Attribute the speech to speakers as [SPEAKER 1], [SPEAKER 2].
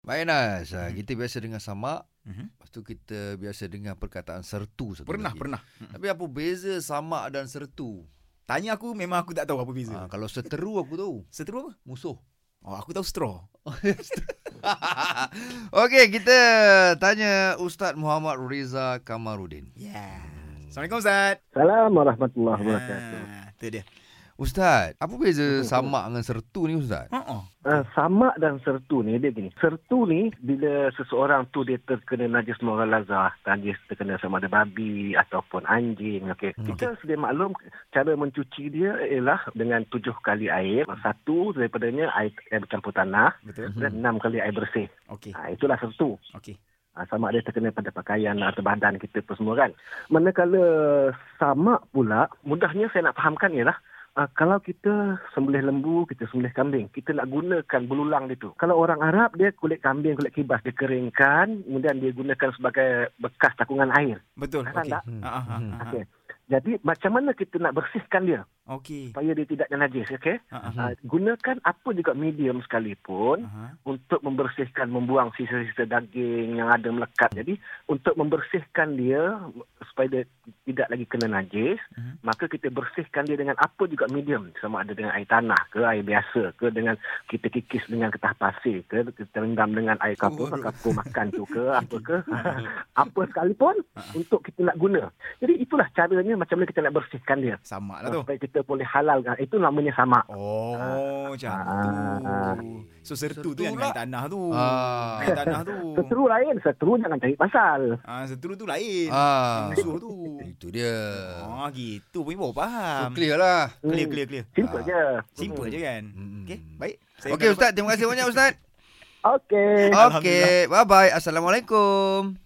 [SPEAKER 1] Baik Nas, hmm. kita biasa dengar sama,
[SPEAKER 2] Mhm.
[SPEAKER 1] lepas tu kita biasa dengar perkataan sertu satu
[SPEAKER 2] Pernah,
[SPEAKER 1] lagi. Hmm.
[SPEAKER 2] pernah.
[SPEAKER 1] Tapi apa beza sama dan sertu?
[SPEAKER 2] Tanya aku memang aku tak tahu apa beza.
[SPEAKER 1] Ha, kalau seteru aku tahu,
[SPEAKER 2] Seteru apa?
[SPEAKER 1] musuh.
[SPEAKER 2] Oh, aku tahu straw.
[SPEAKER 1] Okey, kita tanya Ustaz Muhammad Riza Kamarudin.
[SPEAKER 2] Yeah.
[SPEAKER 1] Hmm.
[SPEAKER 2] Assalamualaikum Ustaz.
[SPEAKER 3] Salam warahmatullahi wabarakatuh.
[SPEAKER 2] Ah, tu dia.
[SPEAKER 1] Ustaz, apa beza sama dengan sertu ni Ustaz?
[SPEAKER 2] Oh, oh.
[SPEAKER 3] Uh, sama dan sertu ni dia gini. Sertu ni bila seseorang tu dia terkena najis moralaza, najis terkena sama ada babi ataupun anjing. Okey.
[SPEAKER 1] Hmm.
[SPEAKER 3] Kita sedia maklum cara mencuci dia ialah dengan tujuh kali air. Satu daripadanya air, air bercampur tanah
[SPEAKER 2] Betul.
[SPEAKER 3] dan enam kali air bersih.
[SPEAKER 2] Okey.
[SPEAKER 3] Ha, itulah sertu.
[SPEAKER 2] Okey.
[SPEAKER 3] Ha, sama ada terkena pada pakaian atau badan kita pun semua kan. Manakala sama pula, mudahnya saya nak fahamkan ialah Uh, kalau kita sembelih lembu, kita sembelih kambing, kita nak gunakan belulang dia tu. Kalau orang Arab, dia kulit kambing, kulit kibas, dia keringkan, kemudian dia gunakan sebagai bekas takungan air.
[SPEAKER 2] Betul.
[SPEAKER 3] Faham
[SPEAKER 2] Okey.
[SPEAKER 3] tak?
[SPEAKER 1] Hmm.
[SPEAKER 2] Ah, ah, ah,
[SPEAKER 1] Hmm.
[SPEAKER 2] ah, ah.
[SPEAKER 3] Okey. Jadi, macam mana kita nak bersihkan dia
[SPEAKER 2] Okey.
[SPEAKER 3] supaya dia tidak najis, okey?
[SPEAKER 2] Ah,
[SPEAKER 1] Hmm.
[SPEAKER 2] ah.
[SPEAKER 3] Uh, gunakan apa juga medium sekalipun,
[SPEAKER 2] Ah,
[SPEAKER 3] untuk membersihkan membuang sisa-sisa daging yang ada melekat. Jadi untuk membersihkan dia supaya dia tidak lagi kena najis,
[SPEAKER 2] Mhm.
[SPEAKER 3] maka kita bersihkan dia dengan apa juga medium sama ada dengan air tanah ke air biasa ke dengan kita kikis dengan kertas pasir ke kita rendam dengan air kapur,
[SPEAKER 2] Waduh. Mhm.
[SPEAKER 3] kapur makan tu ke apa ke apa sekalipun
[SPEAKER 2] Ha.
[SPEAKER 3] untuk kita nak guna. Jadi itulah caranya macam mana kita nak bersihkan dia
[SPEAKER 2] Sama lah tu.
[SPEAKER 3] supaya kita boleh halalkan. Itu namanya sama.
[SPEAKER 2] Oh, macam
[SPEAKER 3] Ah.
[SPEAKER 2] tu. So sertu tu yang
[SPEAKER 1] Sertu
[SPEAKER 2] dengan tanah tu.
[SPEAKER 1] Ah.
[SPEAKER 2] Dengan tanah tu.
[SPEAKER 3] Seteru lain, seteru jangan cari pasal.
[SPEAKER 2] Ah, seteru tu lain.
[SPEAKER 1] Ah,
[SPEAKER 2] Musuh tu.
[SPEAKER 1] itu dia.
[SPEAKER 2] Ah, gitu pun ibu
[SPEAKER 1] So,
[SPEAKER 2] faham.
[SPEAKER 1] clear lah.
[SPEAKER 3] Hmm.
[SPEAKER 2] Clear, clear, clear.
[SPEAKER 3] Simple
[SPEAKER 1] Ah.
[SPEAKER 3] je.
[SPEAKER 2] Simple je kan.
[SPEAKER 1] Hmm.
[SPEAKER 2] Okey, baik. Saya
[SPEAKER 1] Okey
[SPEAKER 2] nak-
[SPEAKER 1] Ustaz, terima kasih banyak Ustaz.
[SPEAKER 3] Okay.
[SPEAKER 1] Okey, bye-bye. Assalamualaikum.